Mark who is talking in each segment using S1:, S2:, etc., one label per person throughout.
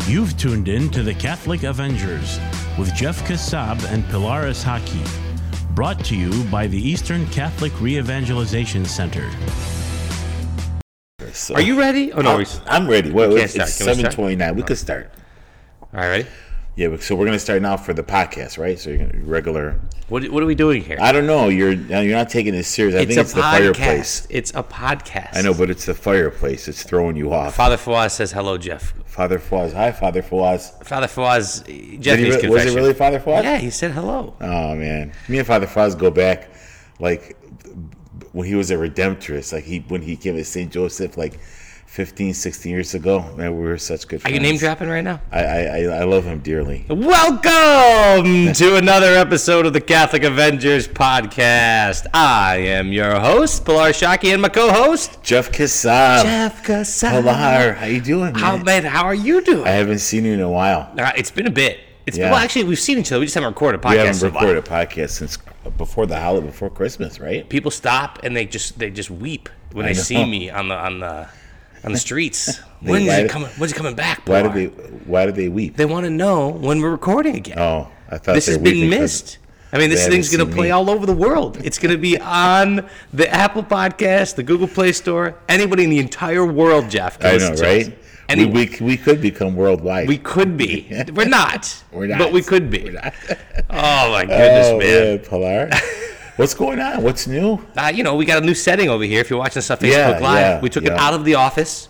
S1: just tuned in to the Catholic Avengers with Jeff Kassab and Pilaris Haki, brought to you by the Eastern Catholic Re-Evangelization Center.
S2: So-
S3: Are you ready? Oh no,
S2: I'm,
S3: we s-
S2: I'm ready. Well,
S3: can't
S2: it's,
S3: start.
S2: it's
S3: Can we start?
S2: 729. We could start.
S3: all right. Ready?
S2: Yeah, so we're gonna start now for the podcast, right? So you're gonna regular.
S3: What what are we doing here?
S2: I don't know. You're now you're not taking it serious. I think it's the fireplace.
S3: It's a podcast.
S2: I know, but it's the fireplace. It's throwing you off.
S3: Father Fawaz says hello, Jeff.
S2: Father Fawaz. Hi, Father Fawaz.
S3: Father Fawaz, uh,
S2: Did he
S3: Japanese
S2: re- was it
S3: confession.
S2: really Father Fawaz?
S3: Yeah, he said hello.
S2: Oh man, me and Father Fawaz go back, like b- b- when he was a Redemptorist, like he when he came to Saint Joseph, like 15, 16 years ago. Man, we were such good.
S3: Are
S2: friends.
S3: you name dropping right now?
S2: I, I I I love him dearly.
S3: Welcome to another episode of the Catholic Avengers podcast. I am your host, Pilar Shaki, and my co-host
S2: Jeff Kassab.
S3: Jeff Casal.
S2: Pilar, Oh, how you doing, man?
S3: How man? How are you doing?
S2: I haven't seen you in a while.
S3: Uh, it's been a bit. It's
S2: Yeah.
S3: been, well, actually, we've seen each other. We just haven't recorded a podcast.
S2: We haven't
S3: in a while.
S2: recorded a podcast since before the holiday, before Christmas, right?
S3: People stop and they just they just weep when
S2: I
S3: they
S2: know.
S3: see me on the on the on the streets. when is
S2: why
S3: it
S2: did-
S3: coming? When's it coming back?
S2: Why
S3: Pilar?
S2: did they Why did they weep?
S3: They want to know when we're recording again.
S2: Oh, I thought
S3: this
S2: they
S3: has
S2: were
S3: been
S2: weeping 'cause-
S3: missed. I mean, this
S2: haven't
S3: thing's going
S2: seen
S3: to play
S2: me.
S3: all over the world. It's going to be on the Apple Podcast, the Google Play Store. Anybody in the entire world, Jeff. Can
S2: I
S3: listen
S2: know,
S3: to us.
S2: right? We,
S3: Anyway,
S2: we c- we could become worldwide.
S3: we could be. We're not.
S2: We're not.
S3: But we could be. oh my goodness,
S2: oh
S3: man.
S2: man, Pilar, what's going on? What's new?
S3: uh, you know, we got a new setting over here. If you're watching us on Facebook
S2: Yeah,
S3: Live,
S2: yeah,
S3: we took it
S2: yeah.
S3: out of the office.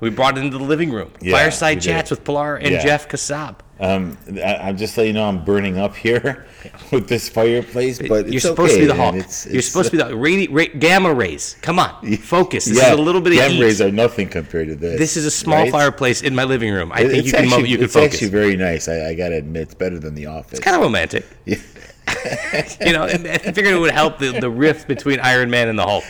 S3: We brought it into the living room.
S2: Yeah, we
S3: Fireside
S2: did.
S3: chats with Pilar and
S2: Yeah.
S3: Jeff Kassab.
S2: Um, I, I'm just letting you know I'm burning up here with this fireplace, but
S3: You're
S2: it's
S3: supposed
S2: okay,
S3: to be the
S2: man.
S3: Hulk.
S2: It's-
S3: You're
S2: it's- uh,
S3: supposed to be the radi- ra- gamma rays. Come on, focus. This
S2: yeah,
S3: is a little bit of
S2: gamma
S3: heat.
S2: rays are nothing compared to this.
S3: This is a small
S2: right?
S3: fireplace in my living room. I
S2: It-
S3: think
S2: it's
S3: you can mo-
S2: actually-
S3: you can
S2: it's
S3: focus.
S2: actually very nice. I, I gotta admit, it's better than the office.
S3: kind of romantic.
S2: Yeah.
S3: you know, and I figured it would help the, the rift between Iron Man and the Hulk.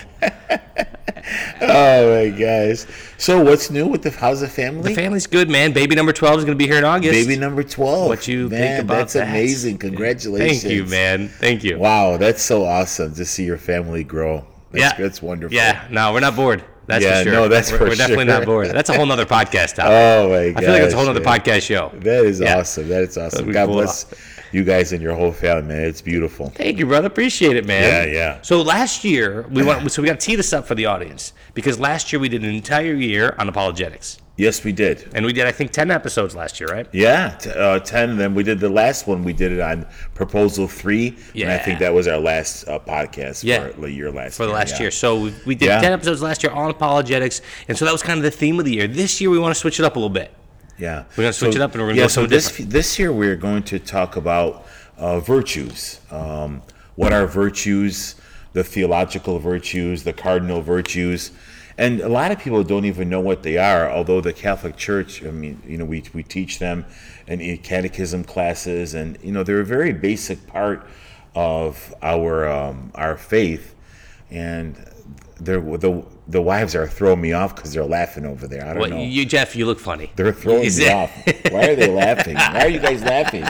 S2: oh my gosh! So what's new with the how's the family?
S3: The family's good, man. Baby number twelve is going to be here in August.
S2: Baby number twelve.
S3: What you
S2: man,
S3: think about
S2: That's
S3: that?
S2: amazing.
S3: Thank
S2: Congratulations.
S3: you, man. Thank you.
S2: Wow, that's so awesome to see your family grow. That's,
S3: yeah,
S2: that's wonderful.
S3: Yeah, no, we're not bored. That's
S2: Yeah,
S3: for sure.
S2: no, that's
S3: we're,
S2: for
S3: we're definitely
S2: sure.
S3: not bored. That's a whole nother podcast topic.
S2: Oh my gosh!
S3: I feel like it's a whole nother
S2: man.
S3: podcast show.
S2: That is
S3: Yeah.
S2: awesome. That is awesome.
S3: we
S2: God
S3: pull it
S2: bless you guys and your whole family, man. It's beautiful.
S3: Thank you, brother. Appreciate it, man.
S2: Yeah, yeah.
S3: So last year we went, so we got to tee this up for the audience because last year we did an entire year on apologetics,
S2: Yes, we did.
S3: and we did I think ten episodes last year, right?
S2: Yeah, t- uh, ten. Then we did the last one. We did it on proposal three, and I
S3: Yeah.
S2: think that was our last uh, podcast
S3: Yeah.
S2: for the year last
S3: For the last
S2: yeah.
S3: year, so we, we did
S2: Yeah.
S3: ten episodes last year on apologetics, and so that was kind of the theme of the year. This year we want to switch it up a little bit.
S2: Yeah,
S3: We're gonna switch it up and we're gonna
S2: yeah,
S3: go
S2: so
S3: something
S2: this this year we're going to talk about uh, virtues. Um, what are virtues? The theological virtues, the cardinal virtues, and a lot of people don't even know what they are. Although the Catholic Church, I mean, you know, we we teach them in catechism classes, and you know, they're a very basic part of our um, our faith, and. They're, the the wives are throwing me off because they're laughing over there. I don't
S3: Well,
S2: know.
S3: you, Jeff, you look funny.
S2: They're throwing
S3: Is
S2: me
S3: it-
S2: off. Why are they laughing? Why are you guys laughing?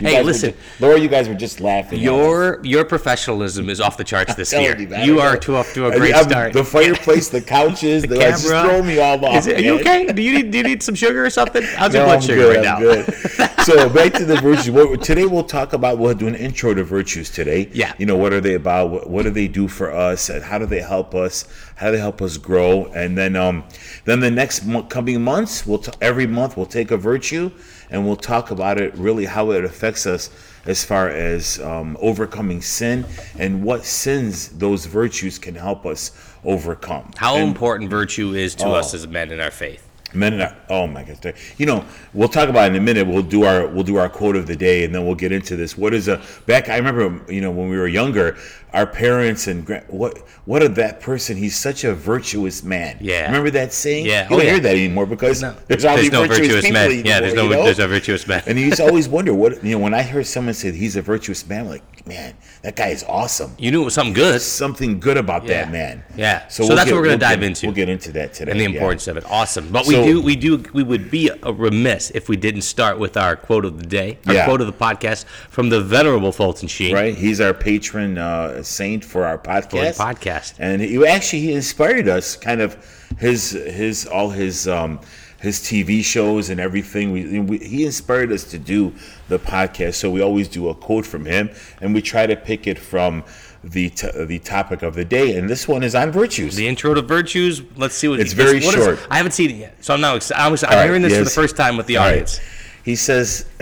S2: You
S3: Hey,
S2: guys were
S3: listen.
S2: just- Laura, you guys were just laughing. at us.
S3: Your your professionalism is off the charts this
S2: Telling
S3: year.
S2: you, man,
S3: You
S2: I
S3: are
S2: know.
S3: to off to a
S2: I-
S3: great
S2: I'm-
S3: start.
S2: The fireplace, the couches, the, Just
S3: camera.
S2: throw me all off.
S3: Is it, are you
S2: man.
S3: okay? Do you need do you need some sugar or something? How's your
S2: No,
S3: blood
S2: I'm
S3: sugar
S2: good,
S3: right
S2: I'm
S3: now?
S2: good. so back to the virtues. What, today we'll talk about. We'll do an intro to virtues today.
S3: Yeah.
S2: You know what are they about? What, what do they do for us? And how do they help us? How do they help us grow? And then, um, then the next mo- coming months, we'll t- every month we'll take a virtue and we'll talk about it. Really, how it affects us as far as um, overcoming sin and what sins those virtues can help us overcome.
S3: How
S2: And-
S3: important virtue is to
S2: Oh.
S3: us as men in our faith.
S2: Men and oh my gosh, there- you know we'll talk about it in a minute. We'll do our we'll do our quote of the day, and then we'll get into this. What is a back? I remember you know when we were younger, our parents and gra- what what of that person? He's such a virtuous man.
S3: Yeah.
S2: remember that saying?
S3: Yeah.
S2: you don't
S3: Oh, yeah.
S2: hear that anymore because there's all
S3: There's
S2: these
S3: no
S2: virtuous,
S3: virtuous
S2: people
S3: men.
S2: Anymore,
S3: yeah, there's no
S2: you know?
S3: there's no virtuous men.
S2: And you just always wonder what you know. When I hear someone say he's a virtuous man, I'm like man, that guy is awesome.
S3: You knew it was something good
S2: Something good about
S3: Yeah.
S2: that man.
S3: Yeah. So that's what we're gonna
S2: we'll
S3: dive
S2: get-
S3: into.
S2: We'll get into that today.
S3: and the
S2: yeah.
S3: importance of it. Awesome. But we
S2: So-
S3: do we do we would be a remiss if we didn't start with our quote of the day, our
S2: Yeah.
S3: quote of the podcast from the venerable Fulton Sheen.
S2: right? He's our patron uh, saint for our podcast.
S3: podcast.
S2: and he actually he inspired us. Kind of his his all his um, his TV shows and everything. We, we, he inspired us to do the podcast, so we always do a quote from him, and we try to pick it from the t- the topic of the day. And this one is on virtues.
S3: The intro to virtues. Let's see what
S2: It's very
S3: what is-
S2: short.
S3: I haven't seen it yet, so I'm now. Exci- I'm, I'm
S2: right,
S3: hearing this for the
S2: yes.
S3: first time with the
S2: All right.
S3: audience.
S2: He says,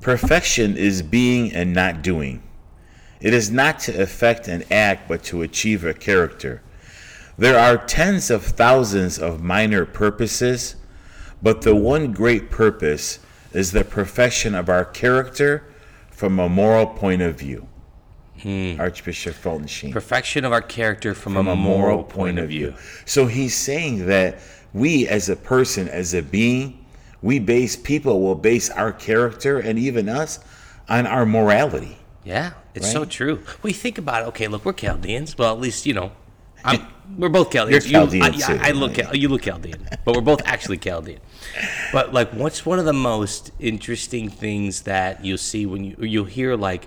S2: "Perfection is being and not doing. It is not to effect an act, but to achieve a character. There are tens of thousands of minor purposes." But the one great purpose is the perfection of our character from a moral point of view. Archbishop Felton Sheen.
S3: Perfection of our character from, a moral point of view.
S2: So he's saying that we as a person, as a being, we base people will base our character and even us on our morality.
S3: Yeah, it's so
S2: Right?
S3: true. We think about it. Okay, look, we're Chaldeans. Well, at least you know, I'm, we're both Chaldeans.
S2: You're Chaldean,
S3: You, I,
S2: too,
S3: I, I look, Chal- you look Chaldean, but we're both actually Chaldean. But like, what's one of the most interesting things that you see when you you hear like,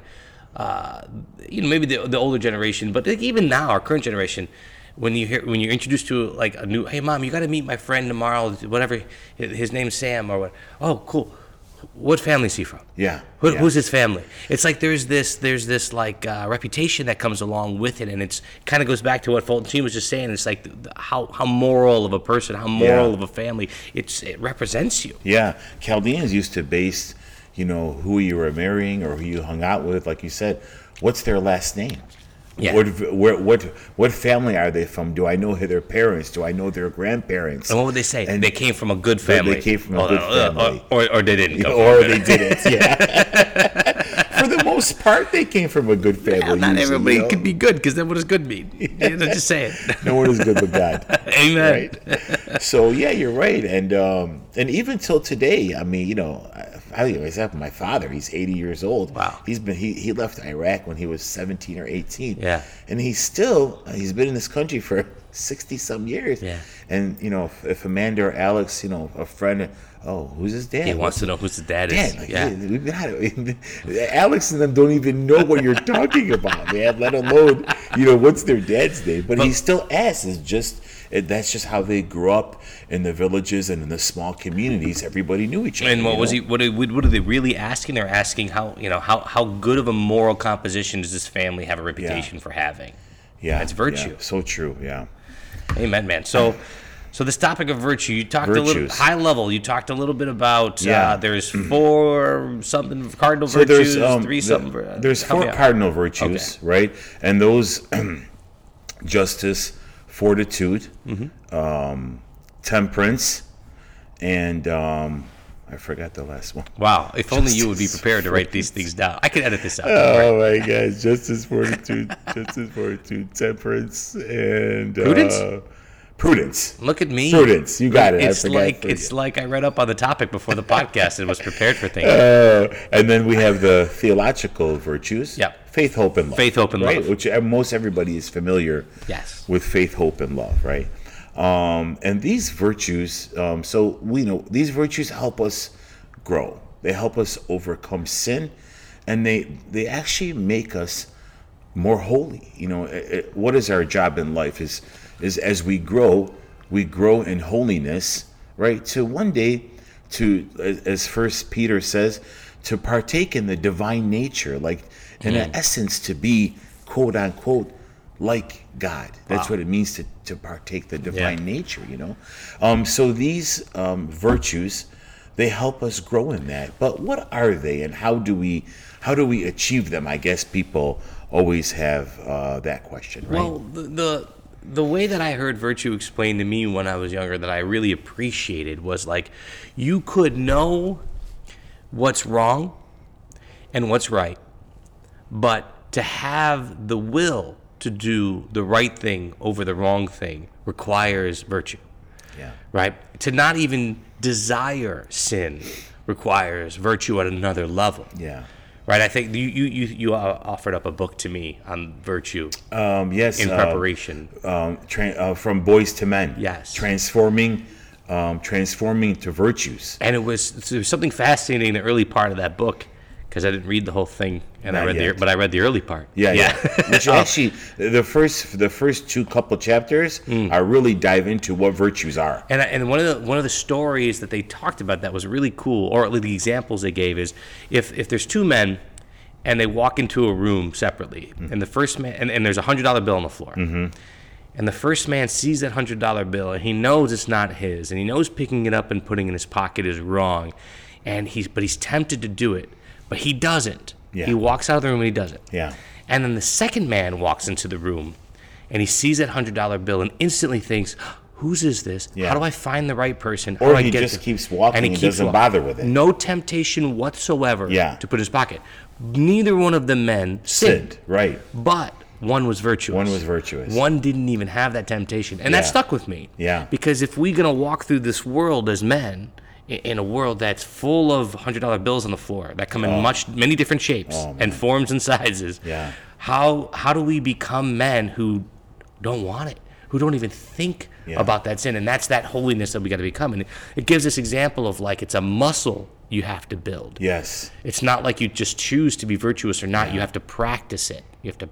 S3: uh, you know, maybe the the older generation, but like even now, our current generation. When you hear when you're introduced to like a new, hey mom, you got to meet my friend tomorrow, whatever. His name's Sam or what? Oh, cool. What family is he from?
S2: Yeah.
S3: Who,
S2: yeah.
S3: Who's his family? It's like there's this there's this like uh, reputation that comes along with it, and it's kind of goes back to what Fulton Sheen was just saying. It's like th- th- how how moral of a person, how moral
S2: Yeah.
S3: of a family. It's it represents you.
S2: Yeah, Chaldeans used to base, you know, who you were marrying or who you hung out with, like you said, what's their last name?
S3: Yeah.
S2: What, where, what what family are they from? Do I know their parents? Do I know their grandparents?
S3: And what would they say?
S2: And-
S3: they came from a good family.
S2: came from a
S3: Oh,
S2: good
S3: uh, uh,
S2: family.
S3: or, or, they didn't. Come
S2: or they didn't. Yeah. For the most part, they came from a good family.
S3: from. Not
S2: usually,
S3: everybody
S2: you know?
S3: could be good, because then what does good mean? You know, just saying.
S2: No one is good but God.
S3: Amen.
S2: right? so yeah, you're right, and um, and even till today, I mean, you know, I, I except my father, he's 80 years old.
S3: Wow.
S2: he's been he, he left Iraq when he was 17 or 18.
S3: Yeah.
S2: and he's still he's been in this country for 60 some years.
S3: Yeah.
S2: and you know, if, if Amanda or Alex, you know, a friend, oh, who's his dad?
S3: He wants to know who's the dad
S2: Yeah,
S3: is.
S2: like,
S3: yeah.
S2: yeah, we've been out of- Alex and them don't even know what you're talking about, man. Let alone, you know, what's their dad's name. But, he still asks. It's just it, that's just how they grew up in the villages and in the small communities. Everybody knew each other.
S3: And what
S2: you
S3: was
S2: know?
S3: he? What are, what are they really asking? They're asking how you know how how good of a moral composition does this family have a reputation for having?
S2: Yeah,
S3: That's
S2: yeah,
S3: virtue.
S2: so true. Yeah.
S3: Amen, man. So, so this topic of virtue, you talked a little
S2: Virtues.
S3: high level. You talked a little bit about uh,
S2: Yeah. Mm-hmm.
S3: there's four something cardinal
S2: So
S3: virtues,
S2: there's um,
S3: three
S2: the-
S3: something. vir- uh,
S2: there's
S3: help
S2: four
S3: me out.
S2: cardinal virtues, right? And those justice, fortitude,
S3: Mm-hmm.
S2: um, temperance, and um, I forgot the last one.
S3: Wow! If only you would be prepared to write these things down. I could edit this out.
S2: Oh my gosh, justice, fortitude, justice, fortitude, temperance, and uh,
S3: Prudence?
S2: Prudence.
S3: Look at me.
S2: Prudence, you got it. I
S3: It's
S2: forgot
S3: like
S2: for
S3: it's
S2: you.
S3: like I read up on the topic before the podcast and was prepared for things.
S2: Uh, and then we have the theological virtues.
S3: Yep.
S2: Faith, hope, and love.
S3: Faith, hope, and
S2: right?
S3: love.
S2: Which uh, most everybody is familiar
S3: Yes.
S2: with faith, hope, and love, right? Um, and these virtues, um, so we know these virtues help us grow. They help us overcome sin, and they they actually make us more holy. You know, it- it- what is our job in life? Is is as we grow, we grow in holiness, right? To one day, to as- as First Peter says, to partake in the divine nature, like in essence, to be quote unquote like God. That's what it means to to partake the divine nature. You know, um, so these um, virtues. They help us grow in that, but what are they, and how do we how do we achieve them? I guess people always have uh, that question, right?
S3: Well, the, the the way that I heard virtue explained to me when I was younger that I really appreciated was like you could know what's wrong and what's right, but to have the will to do the right thing over the wrong thing requires virtue
S2: yeah,
S3: right? To not even desire sin requires virtue at another level,
S2: yeah.
S3: right? I think you you you, you uh, offered up a book to me on virtue
S2: Um, yes,
S3: in
S2: uh,
S3: preparation.
S2: um, tra- uh, from boys to men.
S3: Yes.
S2: transforming, um, transforming to virtues.
S3: and it was, there was something fascinating in the early part of that book because I didn't read the whole thing, and I
S2: Not
S3: read
S2: yet.
S3: the but I read the early part.
S2: Yeah, yeah.
S3: Oh.
S2: Which actually, the first the first two couple chapters,
S3: Mm.
S2: I really dive into what virtues are.
S3: And, I- and one of the one of the stories that they talked about that was really cool, or at least the examples they gave is if if there's two men and they walk into a room separately,
S2: Mm-hmm.
S3: and the first man and, and there's a hundred dollar bill on the floor, and the first man sees that hundred dollar bill and he knows it's not his, and he knows picking it up and putting it in his pocket is wrong, and he's but he's tempted to do it, but he doesn't.
S2: Yeah.
S3: He walks out of the room and he does it.
S2: Yeah.
S3: And then the second man walks into the room and he sees that $100 bill and instantly thinks, whose is this?
S2: Yeah.
S3: How do I find the right person? How
S2: Or
S3: do Oh, I
S2: he
S3: get
S2: just
S3: there?"
S2: keeps walking and doesn't bother with it.
S3: No temptation whatsoever
S2: Yeah.
S3: to put his pocket. Neither one of the men sinned,
S2: Sid, right?
S3: but one was virtuous.
S2: One was virtuous.
S3: One didn't even have that temptation. And that
S2: Yeah.
S3: stuck with me.
S2: Yeah.
S3: Because if we're going to walk through this world as men, i- in a world that's full of $100 bills on the floor that come in much many different shapes and forms and sizes,
S2: Oh. Yeah.
S3: how how do we become men who don't want it, who don't even think
S2: Yeah.
S3: about that sin? And that's that holiness that we got to become. And it, it gives this example of like it's a muscle you have to build.
S2: Yes.
S3: It's not like you just choose to be virtuous or not. You have to practice it. You have to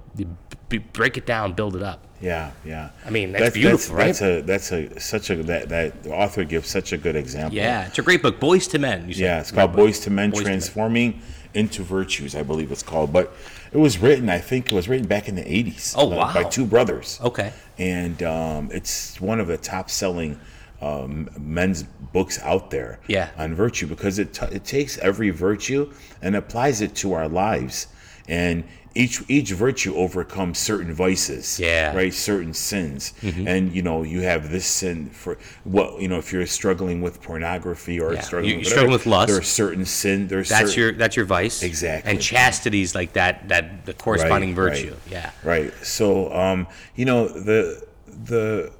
S3: b- break it down, build it up.
S2: Yeah, yeah.
S3: I mean, that's beautiful, right?
S2: That's a that's a such a that that the author gives such a good example.
S3: Yeah, it's a great book, Boys to Men. You said.
S2: Yeah, it's called Boys to Men
S3: Boyz II Men.
S2: Transforming into Virtues, I believe it's called. But it was written, I think it was written back in the 80s.
S3: Oh,
S2: like, By
S3: wow.
S2: two brothers.
S3: Okay.
S2: And um, it's one of the top selling um, men's books out there
S3: Yeah.
S2: on virtue because it, t- it takes every virtue and applies it to our lives. And each each virtue overcomes certain vices,
S3: Yeah. Mm-hmm.
S2: right? Certain sins, and you know you have this sin for what you know if you're struggling with pornography or
S3: Yeah.
S2: struggling,
S3: You-
S2: with
S3: you struggle
S2: whatever,
S3: with lust.
S2: There are certain sin. There's
S3: That's
S2: certain,
S3: your that's your vice.
S2: Exactly.
S3: And chastity's like that that the corresponding
S2: Right,
S3: virtue.
S2: right.
S3: Yeah.
S2: right. So um, you know the the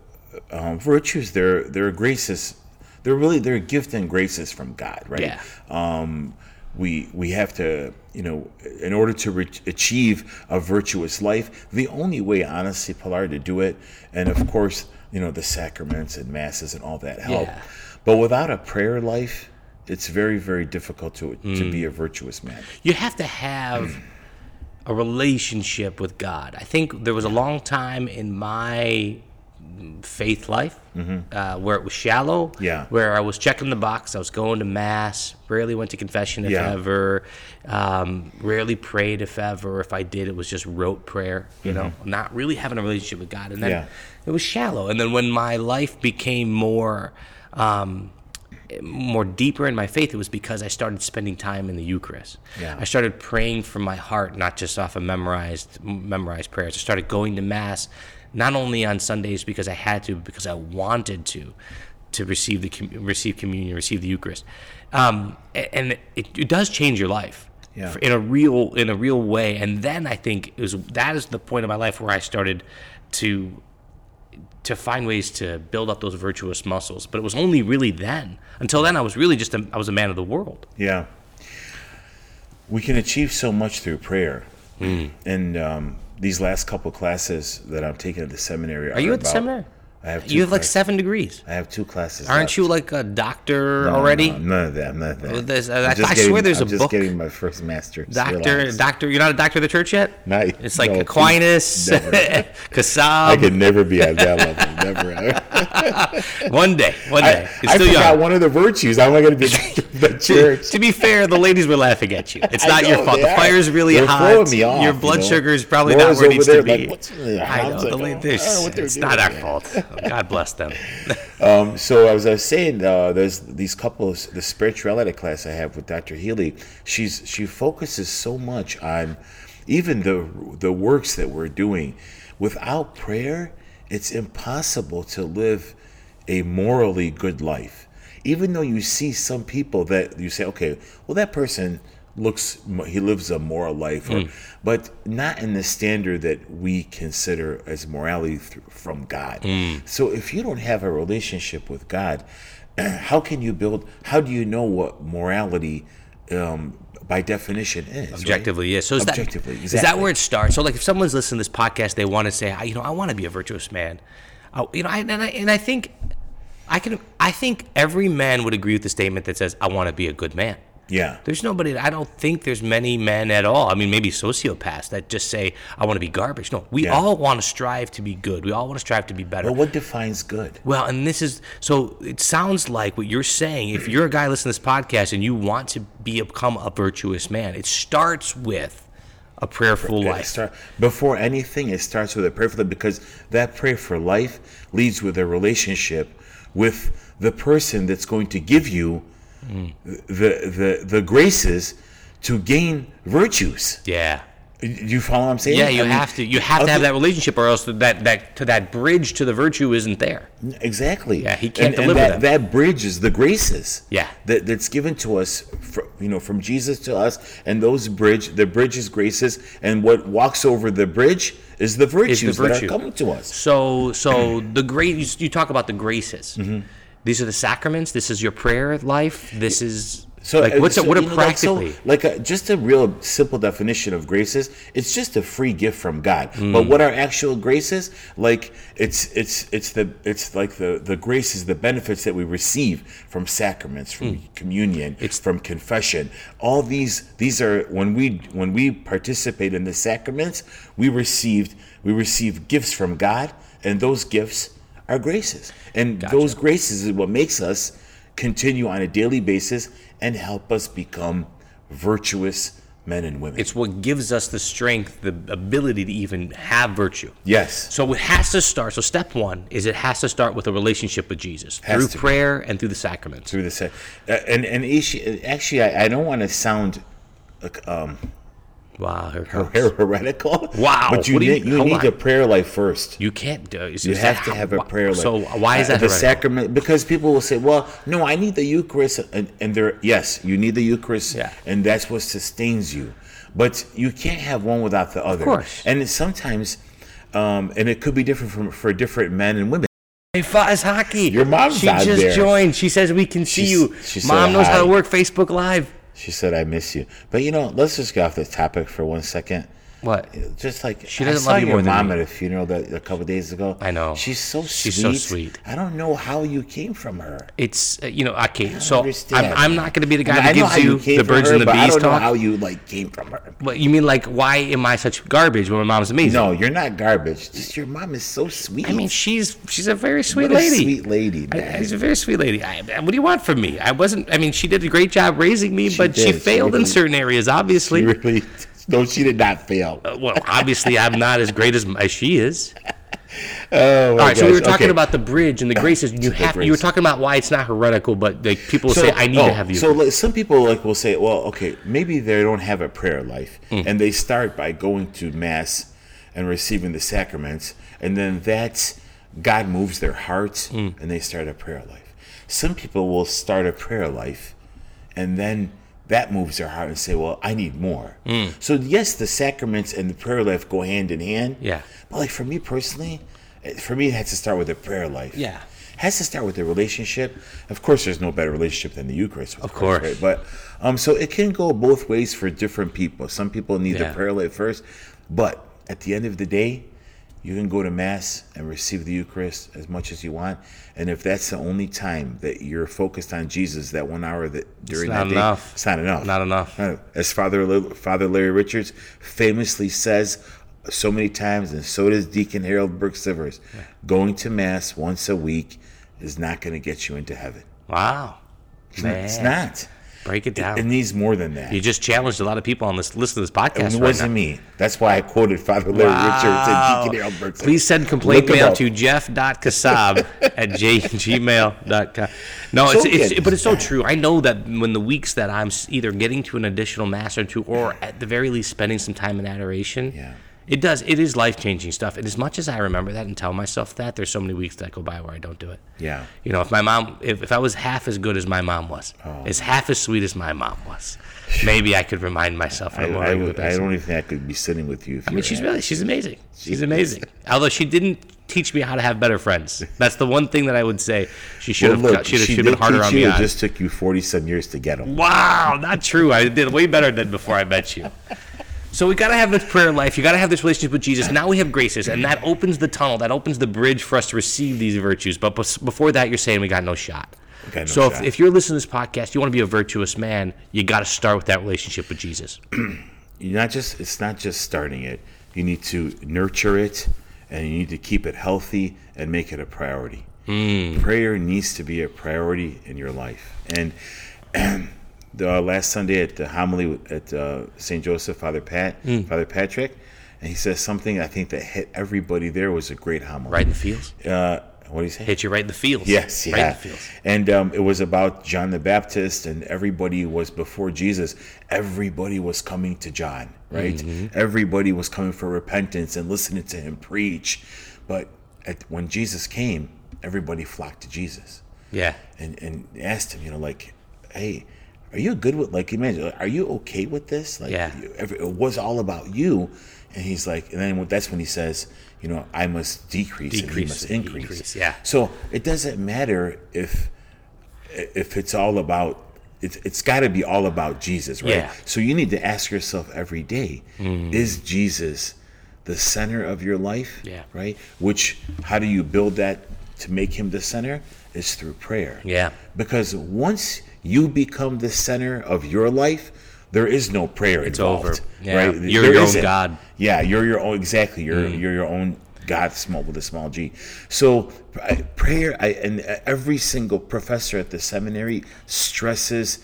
S2: um, virtues. They're they're graces. They're really they're a gift and graces from God, right?
S3: Yeah.
S2: Um, we we have to you know in order to re- achieve a virtuous life, the only way, honestly, Pilar, to do it, and of course you know the sacraments and masses and all that help.
S3: Yeah.
S2: But without a prayer life, it's very very difficult to to
S3: Mm.
S2: be a virtuous man.
S3: You have to have a relationship with God. I think there was a long time in my faith life uh, where it was shallow.
S2: Mm-hmm. Yeah.
S3: Where I was checking the box. I was going to mass. Rarely went to confession if
S2: Yeah.
S3: ever. Um, rarely prayed if ever. If I did, it was just rote prayer. You know, not really having a relationship with God. And then
S2: Mm-hmm. Yeah.
S3: it was shallow. And then when my life became more. Um, more deeper in my faith, it was because I started spending time in the Eucharist.
S2: Yeah.
S3: I started praying from my heart, not just off of memorized memorized prayers. I started going to mass, not only on Sundays because I had to, because I wanted to, to receive the com- receive communion, receive the Eucharist, um, a- and it, it does change your life.
S2: Yeah.
S3: f- In a real in a real way, and then I think it was that is the point of my life where I started to to find ways to build up those virtuous muscles. But it was only really then. Until then, I was really just a, I was a man of the world.
S2: Yeah. We can achieve so much through prayer.
S3: Hmm.
S2: And um, these last couple classes that I'm taking at the seminary are,
S3: Are you at the
S2: about,
S3: seminary?
S2: I have two
S3: You have like
S2: class-
S3: seven degrees.
S2: I have two classes.
S3: Aren't
S2: left.
S3: you like a doctor
S2: No,
S3: already?
S2: no, none of that. None of that.
S3: Well, there's- uh,
S2: I'm
S3: I-
S2: just
S3: I
S2: getting-
S3: swear there's
S2: I'm
S3: a
S2: just
S3: book.
S2: getting my first master's.
S3: Doctor,
S2: Relax.
S3: doctor, you're not a doctor of the church yet.
S2: Not-
S3: It's like
S2: no,
S3: Aquinas,
S2: never. I
S3: Casab.
S2: could never be at that level. Never. ever.
S3: One day, one
S2: I,
S3: day. It's
S2: I
S3: still
S2: forgot
S3: young.
S2: one of the virtues. I'm not going to be the church.
S3: To be fair, the ladies were laughing at you. It's
S2: I
S3: not your
S2: know,
S3: fault.
S2: they
S3: The
S2: are.
S3: fire's really
S2: They're
S3: hot.
S2: throwing me off,
S3: your
S2: you
S3: blood
S2: know.
S3: sugar is probably
S2: Laura's
S3: not where
S2: over
S3: it needs
S2: there
S3: to be.
S2: like, "What's in the
S3: I know.
S2: house?"
S3: the
S2: Like,
S3: la-
S2: "Oh,
S3: they're-
S2: I don't know what they're
S3: it's not our
S2: doing."
S3: fault. Oh, God bless them.
S2: Um, so as I was saying, uh, there's these couples. The spirituality class I have with Dr. Healy, she's she focuses so much on even the the works that we're doing. Without prayer, it's impossible to live a morally good life. Even though you see some people that you say, okay, well that person looks he lives a moral life,
S3: Hmm.
S2: or, but not in the standard that we consider as morality th- from God.
S3: Hmm.
S2: So if you don't have a relationship with God, how can you build? How do you know what morality, um, by definition, is? right?
S3: Objectively, yeah. So is
S2: Objectively,
S3: that is that
S2: exactly.
S3: where it starts? So like, if someone's listening to this podcast, they want to say, I, you know, I want to be a virtuous man. I, you know, I, and I and I think I can. I think every man would agree with the statement that says, I want to be a good man.
S2: Yeah.
S3: There's nobody. I don't think there's many men at all. I mean, maybe sociopaths that just say, "I want to be garbage." No, we
S2: Yeah.
S3: all want to strive to be good. We all want to strive to be better.
S2: Well, what defines good?
S3: Well, and this is so it sounds like what you're saying. If you're a guy listening to this podcast and you want to be, become a virtuous man, it starts with a prayerful
S2: It
S3: life.
S2: start- before anything, it starts with a prayer for life because that prayer for life leads with a relationship with the person that's going to give you
S3: Mm.
S2: the, the the graces to gain virtues.
S3: yeah.
S2: Do you follow what I'm saying?
S3: Yeah, you
S2: I mean,
S3: have to you have to have
S2: other-
S3: that relationship or else that that to that bridge to the virtue isn't there.
S2: Exactly.
S3: Yeah, he can't
S2: and, and
S3: deliver
S2: that,
S3: them.
S2: that bridge is the graces.
S3: Yeah.
S2: That, that's given to us, fr- you know, from Jesus to us, and those bridge, the bridge is graces, and what walks over the bridge is the virtues that
S3: virtue.
S2: are coming to us.
S3: So so the grace you talk about the graces.
S2: Mm-hmm.
S3: These are the sacraments. This is your prayer life. This is
S2: So,
S3: like
S2: uh,
S3: what's
S2: so,
S3: a, what
S2: you
S3: a
S2: know, like, so,
S3: practically
S2: like, a, just a real simple definition of graces. It's just a free gift from God. But what are actual graces? Like it's it's it's the it's like the the graces, the benefits that we receive from sacraments, from communion, from confession. All these these are when we when we participate in the sacraments, we received we receive gifts from God, and those gifts are graces. And those graces is what makes us continue on a daily basis and help us become virtuous men and women.
S3: it's what gives us the strength, the ability to even have virtue.
S2: yes.
S3: So it has to start. So step one is it has to start with a relationship with Jesus
S2: Has to
S3: through
S2: be.
S3: prayer and through the sacraments.
S2: Through the sa- uh, and and actually, actually I, I don't want to sound like, um,
S3: Wow, here it comes.
S2: heretical.
S3: Wow,
S2: But you
S3: what do you-
S2: need you
S3: hold
S2: need
S3: on.
S2: a prayer life first.
S3: You can't do. Is,
S2: You
S3: is
S2: have
S3: that
S2: to
S3: how-
S2: have a
S3: why-
S2: prayer life.
S3: So why is
S2: Uh,
S3: that
S2: the
S3: heretical?
S2: sacrament? Because people will say, "Well, no, I need the Eucharist," and, and there, yes, you need the Eucharist,
S3: Yeah.
S2: and that's what sustains you. But you can't have one without the other.
S3: course.
S2: And it's sometimes, um, and it could be different from, for different men and women.
S3: Hey, Faz Hockey.
S2: Your mom's
S3: She
S2: not
S3: just
S2: there.
S3: joined. She says we can see
S2: She's-
S3: you.
S2: she said
S3: Mom knows how to
S2: hi.
S3: work Facebook Live.
S2: She said, "I miss you." But you know, let's just get off this topic for one second.
S3: What?
S2: Just like
S3: She
S2: I
S3: doesn't
S2: saw
S3: love you
S2: your
S3: more than
S2: mom
S3: me.
S2: at a funeral that, a couple days ago.
S3: I know.
S2: She's so sweet.
S3: She's so sweet.
S2: I don't know how you came from her.
S3: It's uh, you know okay. So I'm,
S2: understand.
S3: I'm not going to be the guy
S2: I
S3: that
S2: know
S3: gives
S2: how
S3: you,
S2: came
S3: the
S2: from
S3: birds
S2: her,
S3: and the
S2: but I
S3: bees
S2: don't know
S3: talk.
S2: how you like came from her.
S3: What you mean like why am I such garbage when my mom's amazing?
S2: No, you're not garbage. Just your mom is so sweet.
S3: I mean she's she's a very sweet
S2: What a
S3: lady.
S2: sweet lady,
S3: I-
S2: man.
S3: She's a very sweet lady. I, I- what do you want from me? I wasn't. I mean, she did a great job raising me, but she
S2: did. She
S3: failed in
S2: really-
S3: certain areas. Obviously,
S2: You really? No, she did not fail. Oh,
S3: well, obviously, I'm not as great as, as she is.
S2: Oh, my
S3: All right, so we
S2: gosh.
S3: were talking
S2: Okay.
S3: about the bridge and the graces. and You
S2: the
S3: have. You were
S2: grace.
S3: talking about why it's not heretical, but like people will say, I need
S2: oh,
S3: to have you.
S2: So like, some people like will say, well, okay, maybe they don't have a prayer life,
S3: Mm.
S2: and they start by going to mass and receiving the sacraments, and then that's God moves their hearts,
S3: Mm.
S2: and they start a prayer life. Some people will start a prayer life, and then that moves their heart and say, well, I need more.
S3: Mm.
S2: So yes, the sacraments and the prayer life go hand in hand.
S3: Yeah.
S2: But like for me personally, eh, for me it has to start with a prayer life
S3: Yeah.
S2: has to start with the relationship. Of course, there's no better relationship than the Eucharist. Of,
S3: course.
S2: But um, so it can go both ways for different people. Some people need
S3: Yeah.
S2: the prayer life first, but at the end of the day, you can go to Mass and receive the Eucharist as much as you want. And if that's the only time that you're focused on Jesus, that one hour that during
S3: not
S2: that day,
S3: enough.
S2: it's not enough.
S3: Not enough.
S2: Not enough. As Father Li- Father Larry Richards famously says so many times, and so does Deacon Harold Brooks Sivers, going to Mass once a week is not going to get you into heaven.
S3: wow, man,
S2: It's not.
S3: break it down.
S2: It needs more than that.
S3: you just challenged a lot of people on this listen to this podcast
S2: it
S3: right now.
S2: wasn't me. That's why I quoted Father Larry Richards and Deacon Harold Brooks.
S3: Please send complaint
S2: Look 'em
S3: mail
S2: up.
S3: to jeff.kasab at gmail.com. No, it's,
S2: So
S3: it's,
S2: good.
S3: but it's so true. I know that when the weeks that I'm s- either getting to an additional mass or two, or at the very least spending some time in adoration,
S2: Yeah.
S3: it does. It is life changing stuff. And as much as I remember that and tell myself that, there's so many weeks that go by where I don't do it.
S2: Yeah.
S3: You know, if my mom, if, if I was half as good as my mom was,
S2: Oh.
S3: as half as sweet as my mom was, maybe I could remind myself on
S2: I,
S3: a more
S2: I,
S3: regular
S2: would- I
S3: basis.
S2: don't even think I could be sitting with you. If
S3: I mean, she's really she's amazing. She's
S2: is.
S3: amazing. Although she didn't teach me how to have better friends. That's the one thing that I would say she should have. cut- she'd have
S2: she
S3: should have
S2: did
S3: been harder
S2: teach
S3: on
S2: you,
S3: me.
S2: It
S3: on.
S2: just took you 40 some years to get them.
S3: Wow, not true. I did way better than before I met you. So we gotta have this prayer life. You gotta have this relationship with Jesus. Now we have graces, and that opens the tunnel. That opens the bridge for us to receive these virtues. But bes- before that, you're saying we got no shot.
S2: Okay, no
S3: so if,
S2: shot.
S3: if you're listening to this podcast, you want to be a virtuous man, you got to start with that relationship with Jesus.
S2: you're not just it's not just starting it you need to nurture it and you need to keep it healthy and make it a priority prayer needs to be a priority in your life and the uh, last sunday at the homily at uh, st joseph father pat father patrick and he says something i think that hit everybody there was a great homily
S3: Right in the fields.
S2: uh, what do you say
S3: Hit you right in the fields.
S2: Yes, yeah.
S3: Right in the fields.
S2: And um, it was about John the Baptist, and everybody was before Jesus. Everybody was coming to John, right? Everybody was coming for repentance and listening to him preach. But at, when Jesus came, everybody flocked to Jesus
S3: Yeah.
S2: and, and asked him, you know, like, hey, are you good with like imagine? Are you okay with this? Like,
S3: Yeah.
S2: you- every, it was all about you, and he's like, and then that's when he says, you know, I must decrease, and he
S3: Decrease
S2: must
S3: and
S2: increase.
S3: decrease, yeah.
S2: So it doesn't matter if if it's all about it's, it's got to be all about Jesus, right?
S3: Yeah. Mm.
S2: So you need to ask yourself every day, is Jesus the center of your life?
S3: Yeah.
S2: Right? Which how do you build that to make him the center? Is through prayer.
S3: Yeah.
S2: Because once you become the center of your life, there is no prayer it's involved.
S3: over. Yeah.
S2: Right?
S3: You're
S2: There
S3: your own
S2: isn't.
S3: God. Mm.
S2: Yeah, you're your own exactly. You're you're your own God, small with a small G. So I- prayer, I, and every single professor at the seminary stresses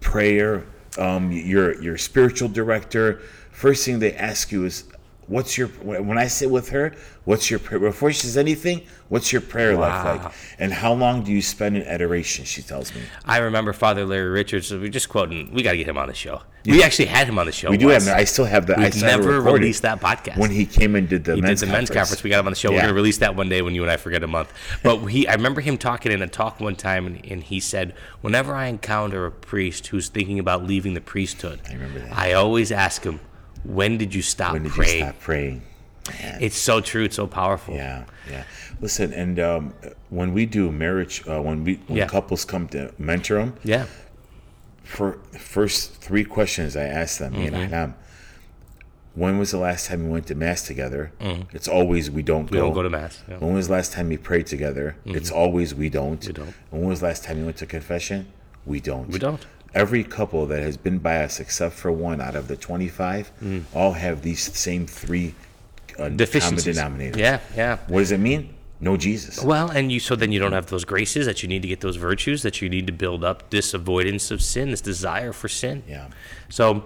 S2: prayer. Um, your your spiritual director. First thing they ask you is, "What's your?" When I sit with her, "What's your prayer?" Before she says anything, "What's your prayer life like?" And how long do you spend in adoration? She tells me.
S3: I remember Father Larry Richards. We're just quoting. We got to get him on the show. We actually had him on the show.
S2: We do
S3: once.
S2: have. I still have the. I
S3: We've
S2: still have it
S3: never
S2: recorded.
S3: released that podcast.
S2: when he came and did the
S3: did
S2: men's
S3: the men's conference. We got him on the show. We're
S2: Yeah.
S3: gonna release that one day when you and I forget a month. But he, I remember him talking in a talk one time, and, and he said, "Whenever I encounter a priest who's thinking about leaving the priesthood, I
S2: remember that.
S3: I always ask him, when did you stop
S2: When did
S3: praying?
S2: you stop praying?
S3: It's so true. It's so powerful.
S2: Yeah, yeah. Listen, and um, when we do marriage, uh, when we when
S3: Yeah.
S2: couples come to mentor them,
S3: Yeah.
S2: for the first three questions I ask them, you know,
S3: Mm-hmm.
S2: and I'm, when was the last time you went to mass together? It's always we don't
S3: Mm-hmm. We
S2: go.
S3: don't go to mass. Yeah.
S2: When was the last time you prayed together? It's always we don't. We
S3: Mm-hmm. don't.
S2: When was the last time you went to confession? We don't.
S3: We don't.
S2: Every couple that has been by us, except for one out of the 25,
S3: Mm.
S2: all have these same three uh,
S3: Deficiencies.
S2: common denominators.
S3: Yeah. Yeah.
S2: What does it mean? No Jesus.
S3: Well, and you so then you don't have those graces that you need to get those virtues that you need to build up this avoidance of sin, this desire for sin.
S2: Yeah.
S3: So,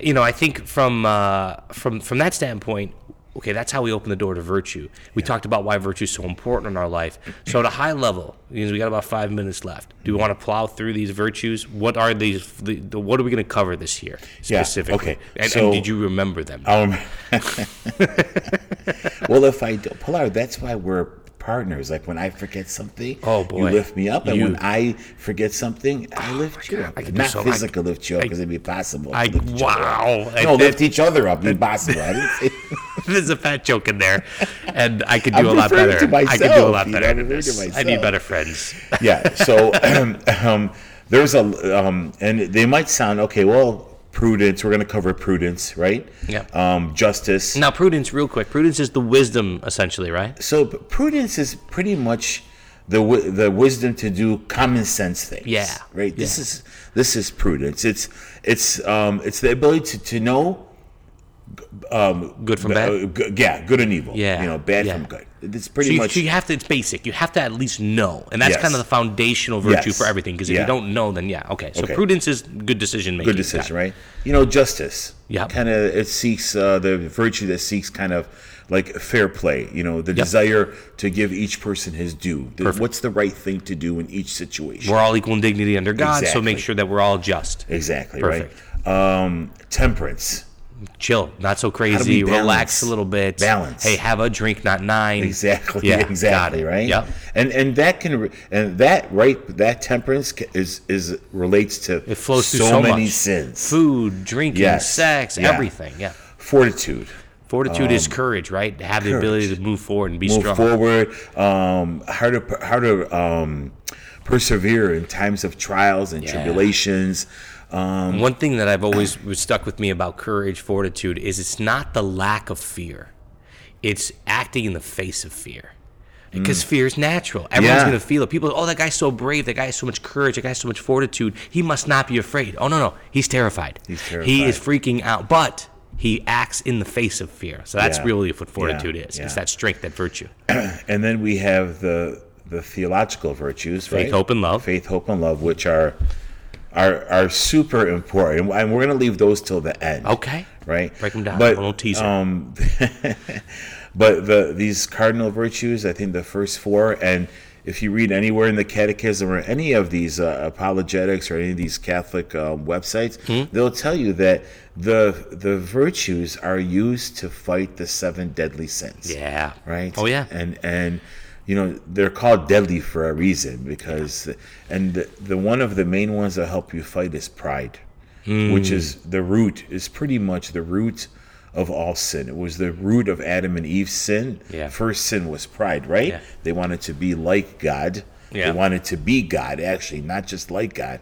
S3: you know, I think from uh, from from that standpoint, okay, that's how we open the door to virtue. We talked about why virtue is so important in our life. So, at a high level, because we got about five minutes left, do we want to plow through these virtues? What are these? The, the, what are we going to cover this year
S2: Yeah,
S3: specifically?
S2: okay,
S3: And,
S2: so-
S3: and did you remember them?
S2: Um, well, if I do, Pilar, that's why we're partners. Like when I forget something,
S3: Oh,
S2: you
S3: boy.
S2: lift me up, and
S3: You- Oh,
S2: when I forget something, I lift you up.
S3: I could do
S2: Not
S3: so- I-
S2: physically lift you up because it'd be possible.
S3: I
S2: to lift each other up.
S3: wow. I-
S2: No, lift each other up. Impossible. I didn't say,
S3: There's a fat joke in there, and I could do
S2: I'm
S3: a lot
S2: referring
S3: better.
S2: to
S3: I could do a
S2: myself,
S3: lot
S2: you
S3: better.
S2: know,
S3: than
S2: I'm referring to
S3: this. I need
S2: myself.
S3: better friends.
S2: yeah. So um, there's a um, and they might sound okay. Well, prudence. We're going to cover prudence, right?
S3: Yeah.
S2: Um, justice.
S3: Now, prudence, real quick. Prudence is the wisdom, essentially, right?
S2: So p- prudence is pretty much the wi- the wisdom to do common sense things.
S3: Yeah.
S2: Right. This is this is prudence. It's it's um it's the ability to, to know
S3: Good from bad.
S2: uh, g- yeah good and evil.
S3: Yeah,
S2: You know bad
S3: yeah.
S2: from good. It's pretty
S3: So you,
S2: much
S3: so you have to. It's basic. You have to at least know, and that's
S2: Yes.
S3: kind of the foundational virtue
S2: Yes.
S3: for everything. Because if
S2: Yeah.
S3: you don't know, then yeah, okay. So
S2: Okay.
S3: prudence is good decision making.
S2: good decision, right? You know justice.
S3: Yep.
S2: Kind of it seeks uh, the virtue that seeks kind of like fair play. You know the desire to give each person his due. The- what's the right thing to do in each situation?
S3: We're all equal in dignity under God, so
S2: Exactly.
S3: make sure that we're all just.
S2: exactly
S3: Perfect. Mm.
S2: right. Um, temperance.
S3: Chill, not so
S2: we
S3: crazy.
S2: balance?
S3: Relax a little bit.
S2: Balance.
S3: Hey, have a drink, not nine.
S2: Exactly.
S3: Yeah, got
S2: exactly.
S3: it.
S2: Right.
S3: Yep.
S2: And and that can re- and that right that temperance ca- is is relates to
S3: It flows
S2: so,
S3: through so
S2: many
S3: much.
S2: sins.
S3: Food, drinking,
S2: Yes.
S3: sex,
S2: Yeah.
S3: everything. Yeah.
S2: Fortitude.
S3: Fortitude is courage, right? To have the ability to move forward and be
S2: Um, Move
S3: strong.
S2: forward. Um, how to per- how to um, persevere in times of trials and tribulations. Um,
S3: One thing that I've always was stuck with me about courage, fortitude is it's not the lack of fear. It's acting in the face of fear. because fear is natural. Everyone's
S2: Mm. Yeah.
S3: going to feel it. People, oh, that guy's so brave. That guy has so much courage. That guy has so much fortitude. He must not be afraid. Oh no, no, he's terrified.
S2: He's
S3: He is
S2: terrified.
S3: freaking out, but he acts in the face of fear. So that's
S2: Yeah.
S3: really what fortitude is.
S2: yeah.
S3: It's that strength, that virtue.
S2: And then we have the the theological virtues,
S3: Faith,
S2: right?
S3: hope, and love.
S2: Faith, hope, and love, which are are are super important, and we're going to leave those till the end.
S3: Okay.
S2: Right.
S3: Break them down.
S2: But
S3: a little teaser.
S2: um, but the these cardinal virtues, I think the first four, and if you read anywhere in the Catechism or any of these uh, apologetics or any of these Catholic um, websites, they'll tell you that the the virtues are used to fight the seven deadly sins
S3: yeah.
S2: right?
S3: Oh yeah.
S2: and and you know they're called deadly for a reason because and the, the one of the main ones that help you fight is pride, which
S3: Hmm.
S2: is the root is pretty much the root of all sin. It was the root of Adam and Eve's sin.
S3: Yeah.
S2: First sin was pride, right?
S3: Yeah.
S2: They wanted to be like God.
S3: Yeah.
S2: They wanted to be God, actually, not just like God.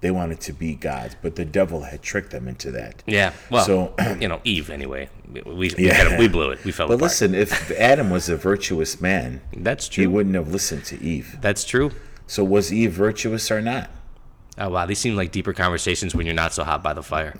S2: They wanted to be God, but the devil had tricked them into that.
S3: Yeah. Well,
S2: So-
S3: you know, Eve. Anyway, we we, we,
S2: Yeah.
S3: had a- we blew it. We fell
S2: But
S3: apart.
S2: listen, if Adam was a virtuous man,
S3: that's
S2: he
S3: true.
S2: wouldn't have listened to Eve.
S3: That's true.
S2: So was Eve virtuous or not?
S3: Oh wow, these seem like deeper conversations when you're not so hot by the fire.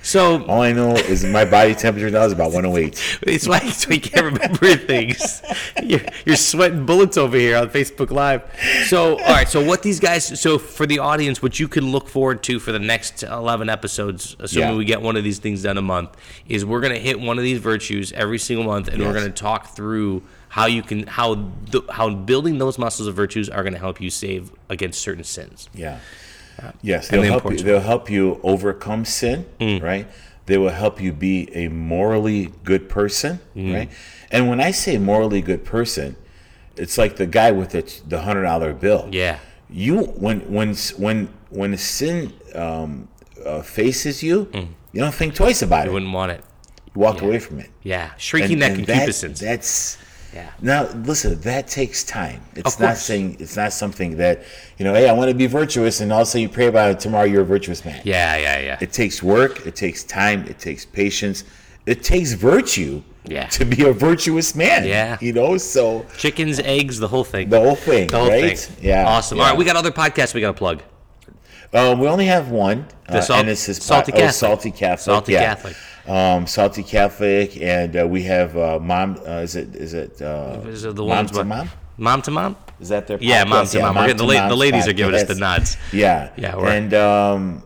S3: So
S2: All I know is my body temperature now is about 108.
S3: it's why it's why you can't remember things. You're, you're sweating bullets over here on Facebook Live. So all right, so what these guys? So for the audience, what you can look forward to for the next eleven episodes, assuming
S2: Yeah.
S3: we get one of these things done a month, is we're gonna hit one of these virtues every single month, and we're
S2: Yes.
S3: gonna talk through how you can how th- how building those muscles of virtues are gonna help you save against certain sins.
S2: Yeah. Yes,
S3: And
S2: they'll
S3: Mm.
S2: help
S3: the
S2: you.
S3: importance of-
S2: They'll help you overcome sin, right? They will help you be a morally good person,
S3: Mm.
S2: right? And when I say morally good person, it's like the guy with the the hundred dollar bill.
S3: Yeah.
S2: You when when when when sin um, uh, faces you, you don't think twice about it.
S3: Mm. You wouldn't want it.
S2: You walk away from it.
S3: Yeah, shrinking that concupiscence.
S2: That's
S3: Yeah.
S2: Now listen, that takes time. It's
S3: Of
S2: not
S3: course.
S2: saying it's not something that you know. Hey, I want to be virtuous, and also you pray about it tomorrow. You're a virtuous man.
S3: Yeah, yeah, yeah.
S2: It takes work. It takes time. It takes patience. It takes virtue.
S3: Yeah.
S2: To be a virtuous man.
S3: Yeah.
S2: You know. So
S3: Chickens, eggs, the whole thing.
S2: the whole thing.
S3: The whole
S2: right?
S3: thing.
S2: Yeah.
S3: Awesome. All right, we got other podcasts we got to plug.
S2: Um, we only have one, uh,
S3: salt-
S2: and it's his
S3: Salty
S2: pot- oh,
S3: Catholic.
S2: salty Catholic,
S3: Salty
S2: yeah.
S3: Catholic.
S2: um, salty Catholic, and uh, we have uh, mom. Uh, is it is it uh,
S3: Is it the
S2: mom
S3: ones
S2: to
S3: with-
S2: mom?
S3: Mom to mom?
S2: Is that their
S3: Yeah,
S2: podcast?
S3: mom to mom. We're getting, the, la-
S2: Mom
S3: the
S2: to
S3: ladies are giving us
S2: podcast.
S3: the nods.
S2: Yeah,
S3: Yeah, we're-
S2: And um,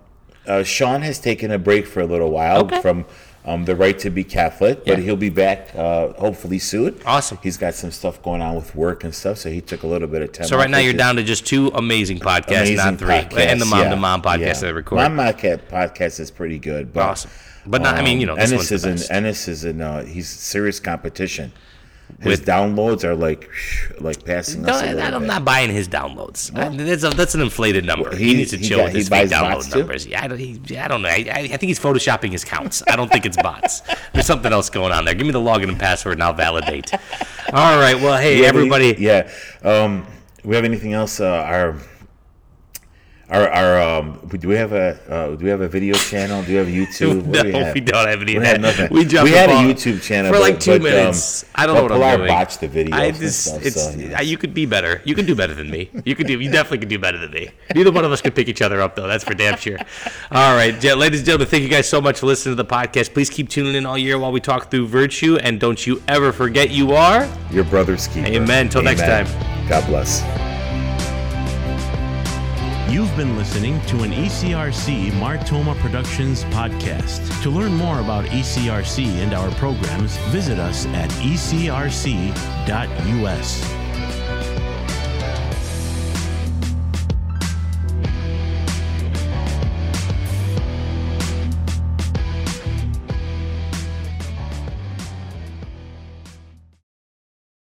S2: uh, Sean has taken a break for a little while
S3: Okay.
S2: from um, the right to be Catholic, but
S3: Yeah.
S2: he'll be back uh, hopefully soon.
S3: Awesome.
S2: He's got some stuff going on with work and stuff, so he took a little bit of time.
S3: So
S2: off,
S3: right now
S2: which
S3: you're
S2: is
S3: down to just two amazing podcasts,
S2: amazing
S3: not three, and the
S2: podcasts,
S3: mom
S2: yeah,
S3: to mom podcast
S2: yeah.
S3: that I record.
S2: Mom podcast podcast is pretty good, but
S3: awesome, but not. I mean, you know,
S2: um,
S3: this
S2: Ennis
S3: one's
S2: is
S3: the
S2: in
S3: best.
S2: Ennis is in. Uh, he's serious competition. His
S3: With-
S2: downloads are like, like passing
S3: No,
S2: us. a
S3: I,
S2: little
S3: I'm
S2: bit.
S3: not buying his downloads. I- that's, a, that's an inflated number. He,
S2: he-
S3: needs to
S2: he
S3: chill
S2: got-
S3: with
S2: he
S3: his
S2: buys
S3: fake
S2: bots
S3: download
S2: too?
S3: numbers. Yeah, I don't, he, I don't know. I, I, I think he's photoshopping his counts. I don't think it's bots. There's something else going on there. Give me the login and password, and I'll validate. All right. Well, hey,
S2: Yeah,
S3: everybody.
S2: they- yeah. Um, we have anything else? Uh, our our our um, do we have a uh, do we have a video channel? Do we have YouTube?
S3: no,
S2: do
S3: we,
S2: we have?
S3: don't have any
S2: We
S3: of
S2: have
S3: that.
S2: nothing.
S3: We, dropped
S2: We
S3: the
S2: had a
S3: ball
S2: YouTube channel,
S3: for like
S2: but-
S3: two
S2: but, um,
S3: minutes. I don't
S2: but
S3: know what
S2: Pilar
S3: I'm doing.
S2: botched the videos
S3: I
S2: and
S3: just,
S2: stuff,
S3: it's,
S2: so, yeah.
S3: I- you could be better. You could do better than me. You could do. You definitely could do better than me. Neither one of us could pick each other up, though. That's for damn sure. All right, gen- ladies and gentlemen, thank you guys so much for listening to the podcast. Please keep tuning in all year while we talk through virtue, and don't you ever forget you are.
S2: Your brother's keeper.
S3: Amen. Till next
S2: Amen.
S3: time.
S2: God bless.
S1: You've been listening to an E ECRC Martoma Productions podcast. To learn more about E ECRC and our programs, visit us at ecrc.us.